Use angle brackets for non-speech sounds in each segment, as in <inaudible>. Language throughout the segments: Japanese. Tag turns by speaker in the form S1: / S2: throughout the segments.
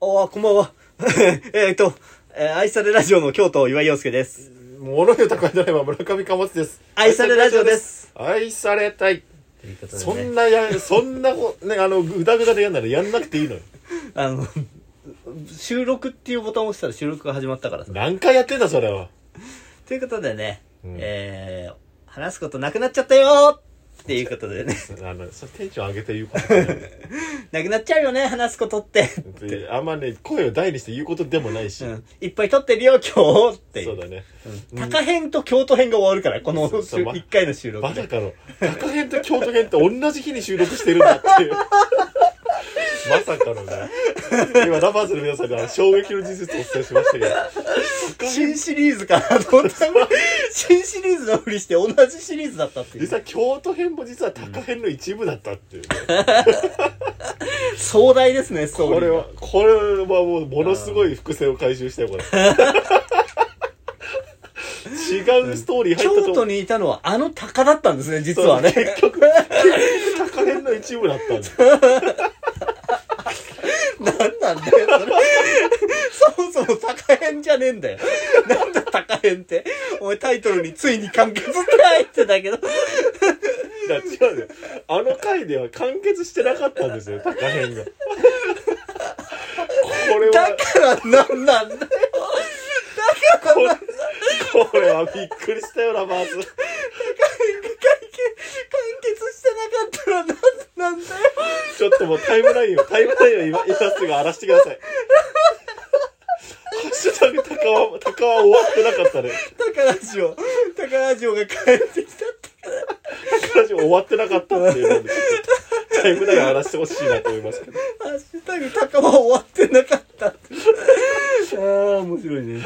S1: おー、こんばんは。 <laughs> えーっと、えー愛されラジオの京都岩井陽介です。
S2: 物言う宅配ドライバー村上貨物です。
S1: 愛されラジオです。
S2: 愛されたい。
S1: ということで、ね、
S2: そんなや、そんなこ、ね、あの、ぐだぐだでやんならやんなくていいのよ。
S1: あの、収録っていうボタンを押したら収録が始まったからさ。
S2: 何回やってんだ、それは。
S1: ということでね、
S2: うん
S1: えー、話すことなくなっちゃったよーっていうことで
S2: <laughs>
S1: ね、
S2: あの、そテンション上げて言うことじゃない
S1: なくなっちゃうよね、話すことって。<laughs>
S2: であんまね、声を大にして言うことでもないし。
S1: うん。いっぱい撮ってるよ、今日ってい
S2: そう
S1: う。
S2: だね。
S1: うん高編と京都編が終わるから、この
S2: そうそうま
S1: 1回の収録
S2: バ
S1: で
S2: カ。かの。高編と京都編って同じ日に収録してるんだって <laughs> いう。まさかのね。今、ラバーズの皆さんには衝撃の事実をお伝えしましたけ
S1: <laughs>
S2: ど。高編
S1: 新シリーズかなと思ったら新シリーズのふりして同じシリーズだったってい
S2: 実
S1: う。
S2: は京都編も実は高編の一部だったっ
S1: <laughs>
S2: ていうね、
S1: 壮大ですね、ストーリーが
S2: これはこれはもうものすごい伏線を回収したよこれ違うストーリー入った
S1: 京
S2: と
S1: 都
S2: 思う
S1: にいたのはあの鷹だったんですね、実はね。
S2: 結局高編の一部だったんだ
S1: なんなんだよ、それ。そもそも高編じゃねえんだよ。なんだ高編って。お前タイトルについに完結って入ってたけど。
S2: だ違うねあの回では完結してなかったんですよ高
S1: <laughs>
S2: 編がこれは
S1: だからなんなんだよ。
S2: これこれはびっくりしたよラバーズ
S1: 完結してなかったらなんなんだよ。
S2: ちょっともうタイムラインを、タイムラインを今、今すぐ荒らしてください。ハッシュタグ高輪、高輪終わってなかったね。
S1: 高ラジオ、高ラジオが帰ってきたって。
S2: 高ラジオ終わってなかったっていうので、ちょっとタイムライン荒らしてほしいなと思いますけど。
S1: ハッシュタグ高は終わってなかったって。ああ、面白いね。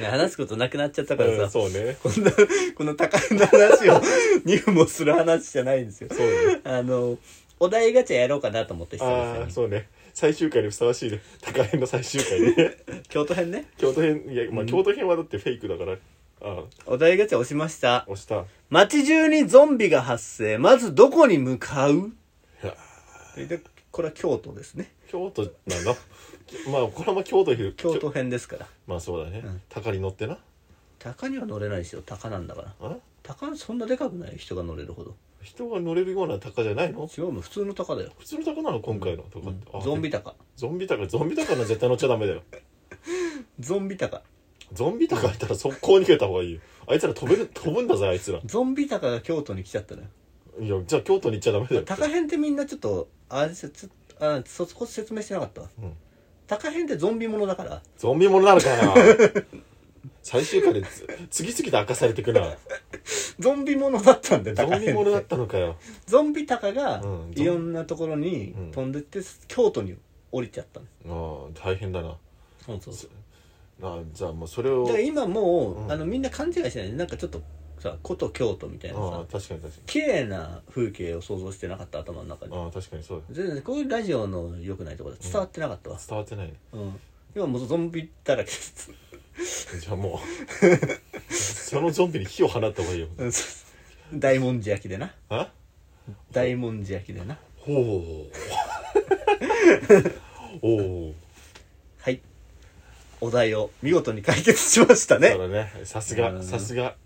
S1: 話すことなくなっちゃったからさ。
S2: うん、そうね。
S1: こんな、この高いの話を入門する話じゃないんですよ。
S2: そうね。
S1: <laughs> あの、お題ガチャやろうかなと思って久
S2: あ
S1: 々
S2: あ、
S1: に。
S2: そうね。最終回にふさわしいね。高編の最終回ね。
S1: 京都編ね。
S2: 京都編、いや、まあ、京都編はだってフェイクだから。ああ、
S1: お題ガチャ押しました。
S2: 押した。
S1: 街中にゾンビが発生。まずどこに向かう
S2: や
S1: でこれは京都ですね。
S2: 京都なのまあ、これはまあ京都編。
S1: 京都編ですから。
S2: まあ、そうだね。
S1: ん
S2: 高に乗ってな。
S1: 鷹には乗れないですよ。鷹なんだから。
S2: あ
S1: 鷹そんなでかくない人が乗れるほど。
S2: 人が乗れるような高じゃないの
S1: 違うもん、普通の鷹だよ。
S2: 普通の高なの今回のとかって、あ
S1: ゾンビ鷹。
S2: ゾンビ高ゾンビ高な絶対乗っちゃダメだよ
S1: ゾンビ鷹。
S2: ゾンビ高いたら <laughs> 速攻逃げた方がいいよあいつら飛べる飛ぶんだぜあいつら
S1: ゾンビ鷹が京都に来ちゃったのよ。
S2: いやじゃあ京都に行っちゃダメだ <laughs> よ
S1: 高編ってみんなちょっとあれせつあそこ説明してなかった、
S2: うん
S1: 高編ってゾンビものだから
S2: ゾンビものなのかな最終回でつ次々と明かされてくな
S1: ゾンビものだったんで
S2: ゾ
S1: 高
S2: ンビ
S1: 編
S2: も
S1: っ
S2: のだってたのかよ
S1: ゾンビ鷹が
S2: うんゾ
S1: い
S2: ン
S1: ろんなところに
S2: うん
S1: 飛んでって、京都に降りちゃったの
S2: ああ大変だな
S1: そうそうそう
S2: あじゃあもうそれを
S1: だから今もう、
S2: うん
S1: あのみんな勘違いしないでなんかちょっとさ古都京都みたいな
S2: あ
S1: さ
S2: あ確かに確かに
S1: 綺麗な風景を想像してなかった頭の中で
S2: ああ確かにそうだ
S1: 全然こういうラジオの良くないところで伝わってなかったわ、
S2: 伝わってないね
S1: うん今もうゾンビだらけです、
S2: じゃあもう <laughs> そのゾンビに火を放った方がいいよ
S1: うん大文字焼きでな
S2: あ
S1: 大文字焼きでな
S2: ほう。
S1: <laughs>
S2: おお。
S1: はいお題を見事に解決しましたね
S2: だからね、さす
S1: うん
S2: が、さすが、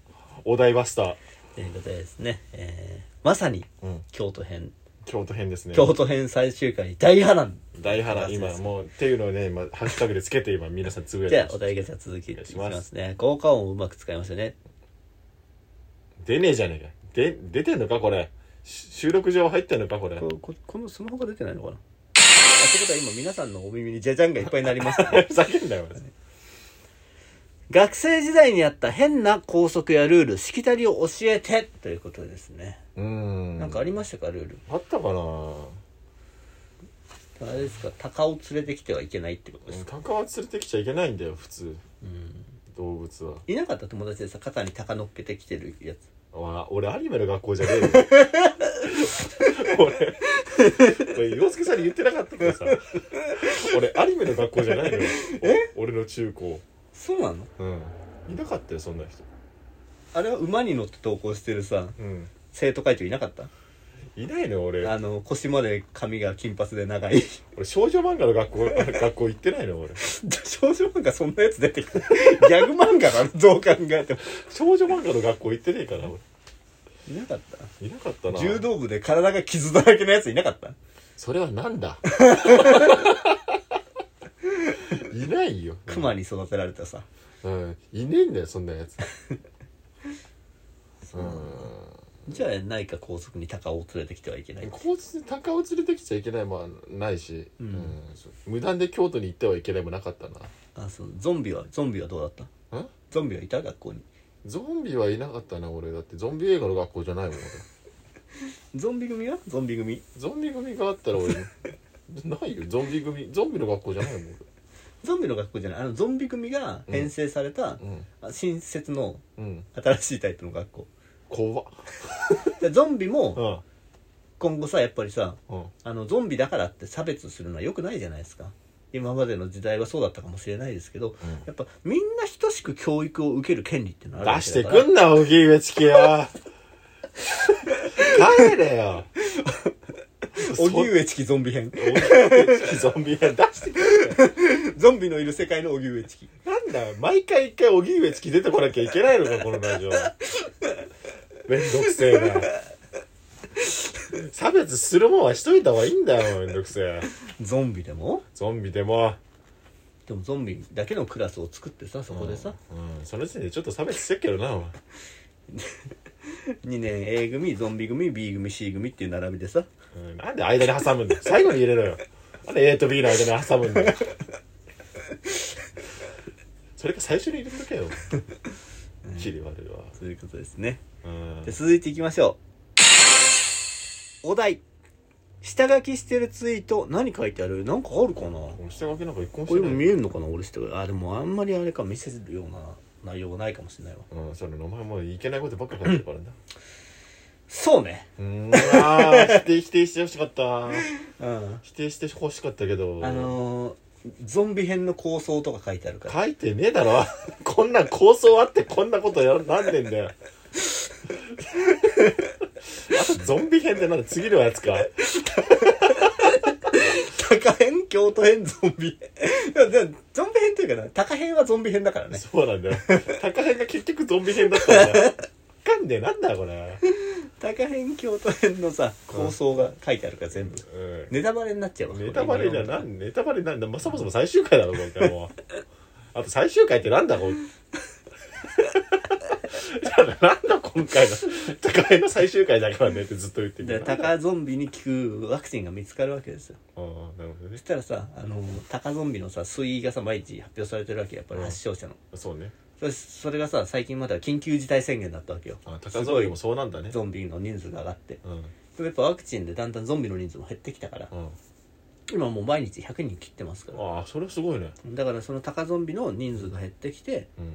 S2: お台バスター。
S1: ということでですね、えーまさに
S2: うん。
S1: 京都編、
S2: 京都編ですね。
S1: 京都編最終回大波乱
S2: 大波乱、
S1: そうです
S2: 今もう、っていうのをね、今、ハッシュタグでつけて、今、皆さんつぶやい
S1: じ
S2: て
S1: ゃ
S2: ま
S1: あ
S2: す
S1: お題がじゃあ続きい
S2: お願い
S1: き
S2: しま
S1: ますすね効果音をうまく使いましたね
S2: 出ねえじゃねえか。で、出てんのか、これ。し収録上入ってんのか、これ。
S1: こここのスマホが出てないのかなあってことは今皆さんのお耳にじゃじゃんがいっぱいになりました、ね、
S2: <laughs> ふざけんなよ、俺
S1: <laughs> 学生時代にあった変な校則やルールしきたりを教えてということですね、
S2: うーん。
S1: なんかありましたかルール
S2: あったかな
S1: あれですか鷹を連れてきてはいけないってことですか
S2: 鷹は連れてきちゃいけないんだよ、普通。
S1: うん
S2: 動物は。
S1: いなかった友達でさ肩に鷹乗っけてきてるやつ
S2: わ俺アニメの学校じゃ <laughs> ねえよ俺俺洋介さんに言ってなかったけどさ俺アニメの学校じゃないのよお俺の中高
S1: そうなの
S2: うんいなかったよそんな人
S1: あれは馬に乗って登校してるさ
S2: うん
S1: 生徒会長いなかった
S2: いないのよ俺
S1: あの、腰まで髪が金髪で長い。 <laughs>
S2: 俺少女漫画の学校 <laughs> 学校行ってないのよ俺
S1: 少女漫画そんなやつ出てきた。 <laughs> ギャグ漫画なのどう考えても。
S2: 少女漫画の学校行ってねえから俺
S1: いなかった
S2: いなかったな
S1: 柔道部で体が傷だらけのやついなかった
S2: それはなん <laughs> だいないよ
S1: 熊に育てられたさ。
S2: うんいねえんだよそんなやつうん
S1: じゃあ、ないか高速に鷹を連れてきてはいけない。
S2: 高知に鷹を連れてきちゃいけないもんはないし、
S1: うん
S2: そう無断で京都に行ってはいけないもなかった
S1: あ、そう、ゾンビは、ゾンビはどうだった
S2: なうん
S1: ゾンビはいた学校に。
S2: ゾンビはいなかったな俺だってゾンビ映画の学校じゃないもん俺
S1: ゾンビ組はゾンビ組。
S2: ゾンビ組があったら俺 <laughs> ないよゾンビ組ゾンビの学校じゃないもん
S1: ゾンビの学校じゃない。あの、ゾンビ組が編成された、
S2: 俺
S1: あ新設の
S2: うんうん
S1: 新しいタイプの学校。
S2: 怖っ
S1: でゾンビも
S2: ん
S1: 今後さ、やっぱりさ、
S2: うん
S1: あのゾンビだからって差別するのは良くないじゃないですか今までの時代はそうだったかもしれないですけど、やっぱみんな等しく教育を受ける権利っていうのはあるわ
S2: 出
S1: け
S2: して
S1: だ
S2: くんな、おぎめちき <laughs> よ。帰れよ。
S1: おぎうえちきゾンビ編
S2: ゾンビ編出してくん
S1: ゾンビのいる世界のおぎうえちき
S2: な。なんだよ、毎回一回おぎめちき出てこなきゃいけないのか、このラジオ。めんどくせえな。差別するもんはしといた方がいいんだよ、めんどくせえ。
S1: ゾンビでも
S2: ゾンビでも。
S1: でもゾンビだけのクラスを作ってさそこでさ、
S2: うん、うんその時点でちょっと差別してっけどな、お前
S1: 2年 A 組ゾンビ組 B 組 C 組っていう並びでさ
S2: うんなんで間に挟むんだよ最後に入れろよなんで A と B の間に挟むんだよそれか最初に入れとけよ切り悪いわ
S1: そういうことですね
S2: うん
S1: で続いていきましょうお題下書きしてるツイート何書いてあるなんかあるかな
S2: 俺下書きなんか一個も
S1: こ
S2: し
S1: れ
S2: て
S1: も
S2: な
S1: 見
S2: い
S1: えるのかな俺してあでもあんまりあれか見せるような内容はないかもしれないわ
S2: うんそれお前もういけないことばっか書いてるからな
S1: そうね
S2: うんあー否定否定してほしかった
S1: うん
S2: 否定してほしかったけど
S1: あのー、ゾンビ編の構想とか書いてあるから
S2: 書いてねえだろ <laughs> こんな構想あってこんなことやらなんでんだよ <laughs> あとゾンビ編でなんだ次のやつか
S1: <laughs> 高編京都編ゾンビ編 <laughs> でもでもゾンビ編というかな高編はゾンビ編だからね
S2: そうなんだよ。高編が結局ゾンビ編だったんだよ。わかんねえ、なんだよこれ。
S1: 高編京都編のさ構想が書いてあるから全部
S2: う
S1: ネタバレになっちゃうわ
S2: ん。ネタバレじゃなん、ネタバレなんだ。まあ、そもそも最終回だろ、今回もう。あと最終回ってなんだ、こう。だからなんだ今回の高編の最終回だからねってずっと言って
S1: で
S2: る
S1: タカゾンビに効くワクチンが見つかるわけですよ
S2: ああなるほどね
S1: そしたらさあのタカゾンビのさ推移がさ毎日発表されてるわけやっぱり
S2: うん
S1: 発症者の、
S2: そうね
S1: それそれがさ最近までは緊急事態宣言だったわけよ
S2: あ高ゾンビもそうなんだね
S1: ゾンビの人数が上がって
S2: うんうん
S1: でもやっぱワクチンでだんだんゾンビの人数も減ってきたから今もう毎日100人切ってますから
S2: ああそれはすごいね
S1: だからそのタカゾンビの人数が減ってきて
S2: うん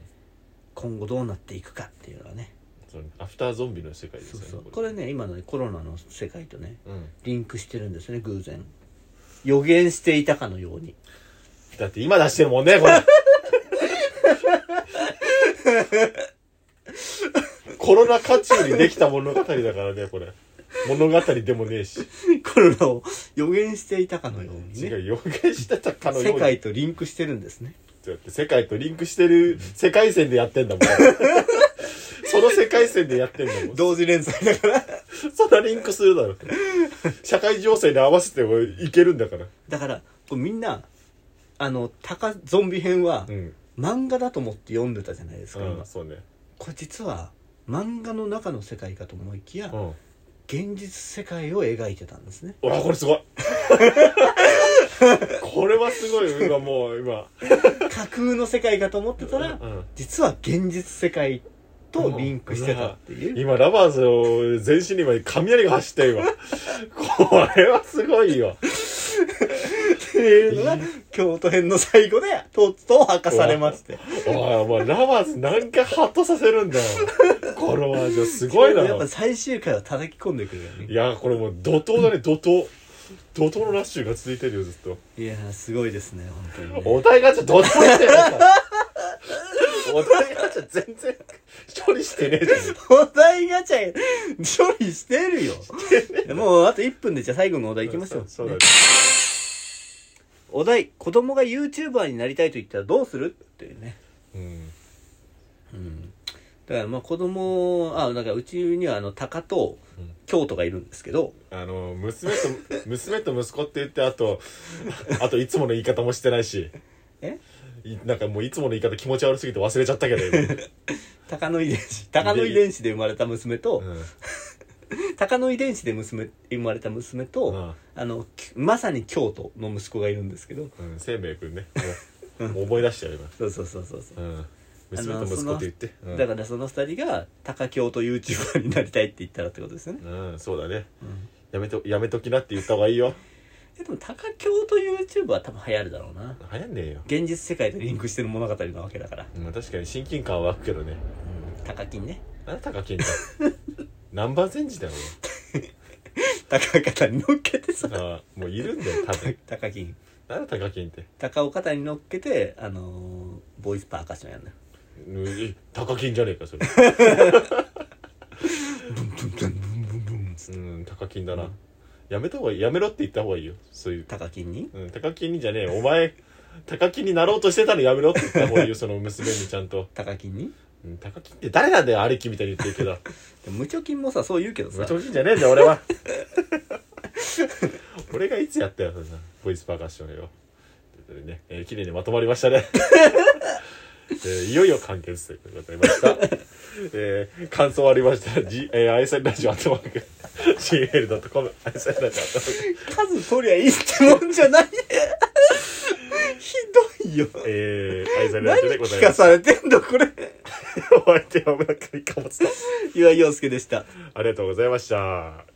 S1: 今後どうなっていくかっていうのはね
S2: そうねアフターゾンビの世界です
S1: そ
S2: よ
S1: う
S2: ね
S1: そうこれね今のねコロナの世界とね
S2: うん
S1: リンクしてるんですね偶然予言していたかのように
S2: だって今出してるもんね、
S1: <laughs>
S2: これ。コロナ渦中にできた物語だからね、これ。物語でもねえし。
S1: コロナを予言していたかのように
S2: 違
S1: ね
S2: う、予言してたかのよう
S1: 世
S2: に。
S1: 界とリンクしてるんですね
S2: だって世界とリンクしてる世界線でやってん
S1: <laughs>
S2: だもん。その世界線でやってんだもん。
S1: 同時連載だから
S2: そんなリンクするだろう。社会情勢に合わせていけるんだから。
S1: だからこうみんなあの「タカゾンビ編」は
S2: うん。
S1: 漫画だと思って読んでたじゃないですか、
S2: う
S1: 今
S2: ん、そうね。
S1: これ実は漫画の中の世界かと思いきや、
S2: うん。
S1: 現実世界を描いてたんですね
S2: うわこれすご
S1: <laughs>
S2: いこれはすごいよ今もう今
S1: 架空の世界かと思ってたら、
S2: うん
S1: 実は現実世界とリンクしてたっていう、
S2: 今ラバーズの全身に今雷が走って今これはすごいよ
S1: って <laughs> いうのが京都編の最後でとうとう明かされまして
S2: おいお前ラバーズ何回ハッとさせるんだよこれはじゃあすごいな
S1: やっぱ最終回は叩き込んでくるよね
S2: いやこれもう怒涛だね怒涛怒涛のラッシュが続いてるよずっと
S1: いやーすごいですね本当にね
S2: お題がちょっとどっちもしてる
S1: お題ガチャ全然、
S2: 処理してねえじゃん。
S1: お題ガチャ、処理してるよ。もうあと1分でじゃあ最後のお題いきますよ。
S2: そうだね。
S1: お題、子供が YouTuber になりたいと言ったらどうするっていうね。
S2: うん。
S1: うん。だからまあ子供、あ、なんかうちにはあの、鷹と
S2: うん
S1: 京都がいるんですけど、
S2: あの、娘と、娘と息子って言って、あと、あといつもの言い方もしてないし。
S1: え
S2: いなんかもういつもの言い方気持ち悪すぎて忘れちゃったけど今、
S1: 鷹の遺伝子、鷹の遺伝子で生まれた娘と、
S2: うん
S1: 鷹の遺伝子で娘、生まれた娘と、あの、きまさに京都の息子がいるんですけど、
S2: うんうん、せんべいくんねもうもう思い出しちゃう今
S1: そうそうそうそうそう。
S2: うん、娘と息子って言って、うん、
S1: だからその二人が高京と YouTuber になりたいって言ったらってことですよね、
S2: うんそうだねやめとやめときなって言った方がいいよ
S1: えでも高京と YouTuber は多分流行るだろうな
S2: 流行んねえよ、
S1: 現実世界とリンクしてる物語なわけだから、
S2: うん、確かに親近感は湧くけどね
S1: 高金ね
S2: あなたが
S1: <laughs>
S2: 金だ何番センチだよ
S1: 高方に乗っけてさ
S2: 俺ああもういるんだよ多分
S1: 高金
S2: あなたが金って
S1: 高尾方に乗っけてあのーボイスパーカッションやんのよ
S2: うんえ高金じゃねえかそれうん高金だな、やめた方がいいやめろって言った方がいいよそういう
S1: 高金に
S2: うん、高木にじゃねえよお前、高木になろうとしてたらやめろって言 <laughs> った方がいいよ、その娘にちゃんと。
S1: 高金に
S2: うん、高木って誰なんだよ、ありきみたいに言ってるけど。 <laughs>
S1: でも無貯金もさそう言うけどさ
S2: 無調金じゃねえんだよ、俺は。 <laughs> 俺がいつやったよ、そんな。ボイスパーカッションよ。ということでね、えー、綺麗にまとまりました <laughs> ね。えーいよいよ完結ということでございました。えー感想ありましたら、G、えー、ISN ラジオアットマーク、gmail.com、ISN ラジオアットマーク。
S1: 数取りゃいいってもんじゃ
S2: <laughs>
S1: ないひどいよ
S2: えー、アイザラ
S1: 何
S2: ジオでござ
S1: 聞
S2: いま
S1: か
S2: す。
S1: されてんのこれ
S2: お相手は村上かぼつと
S1: 岩井陽介でした
S2: ありがとうございました。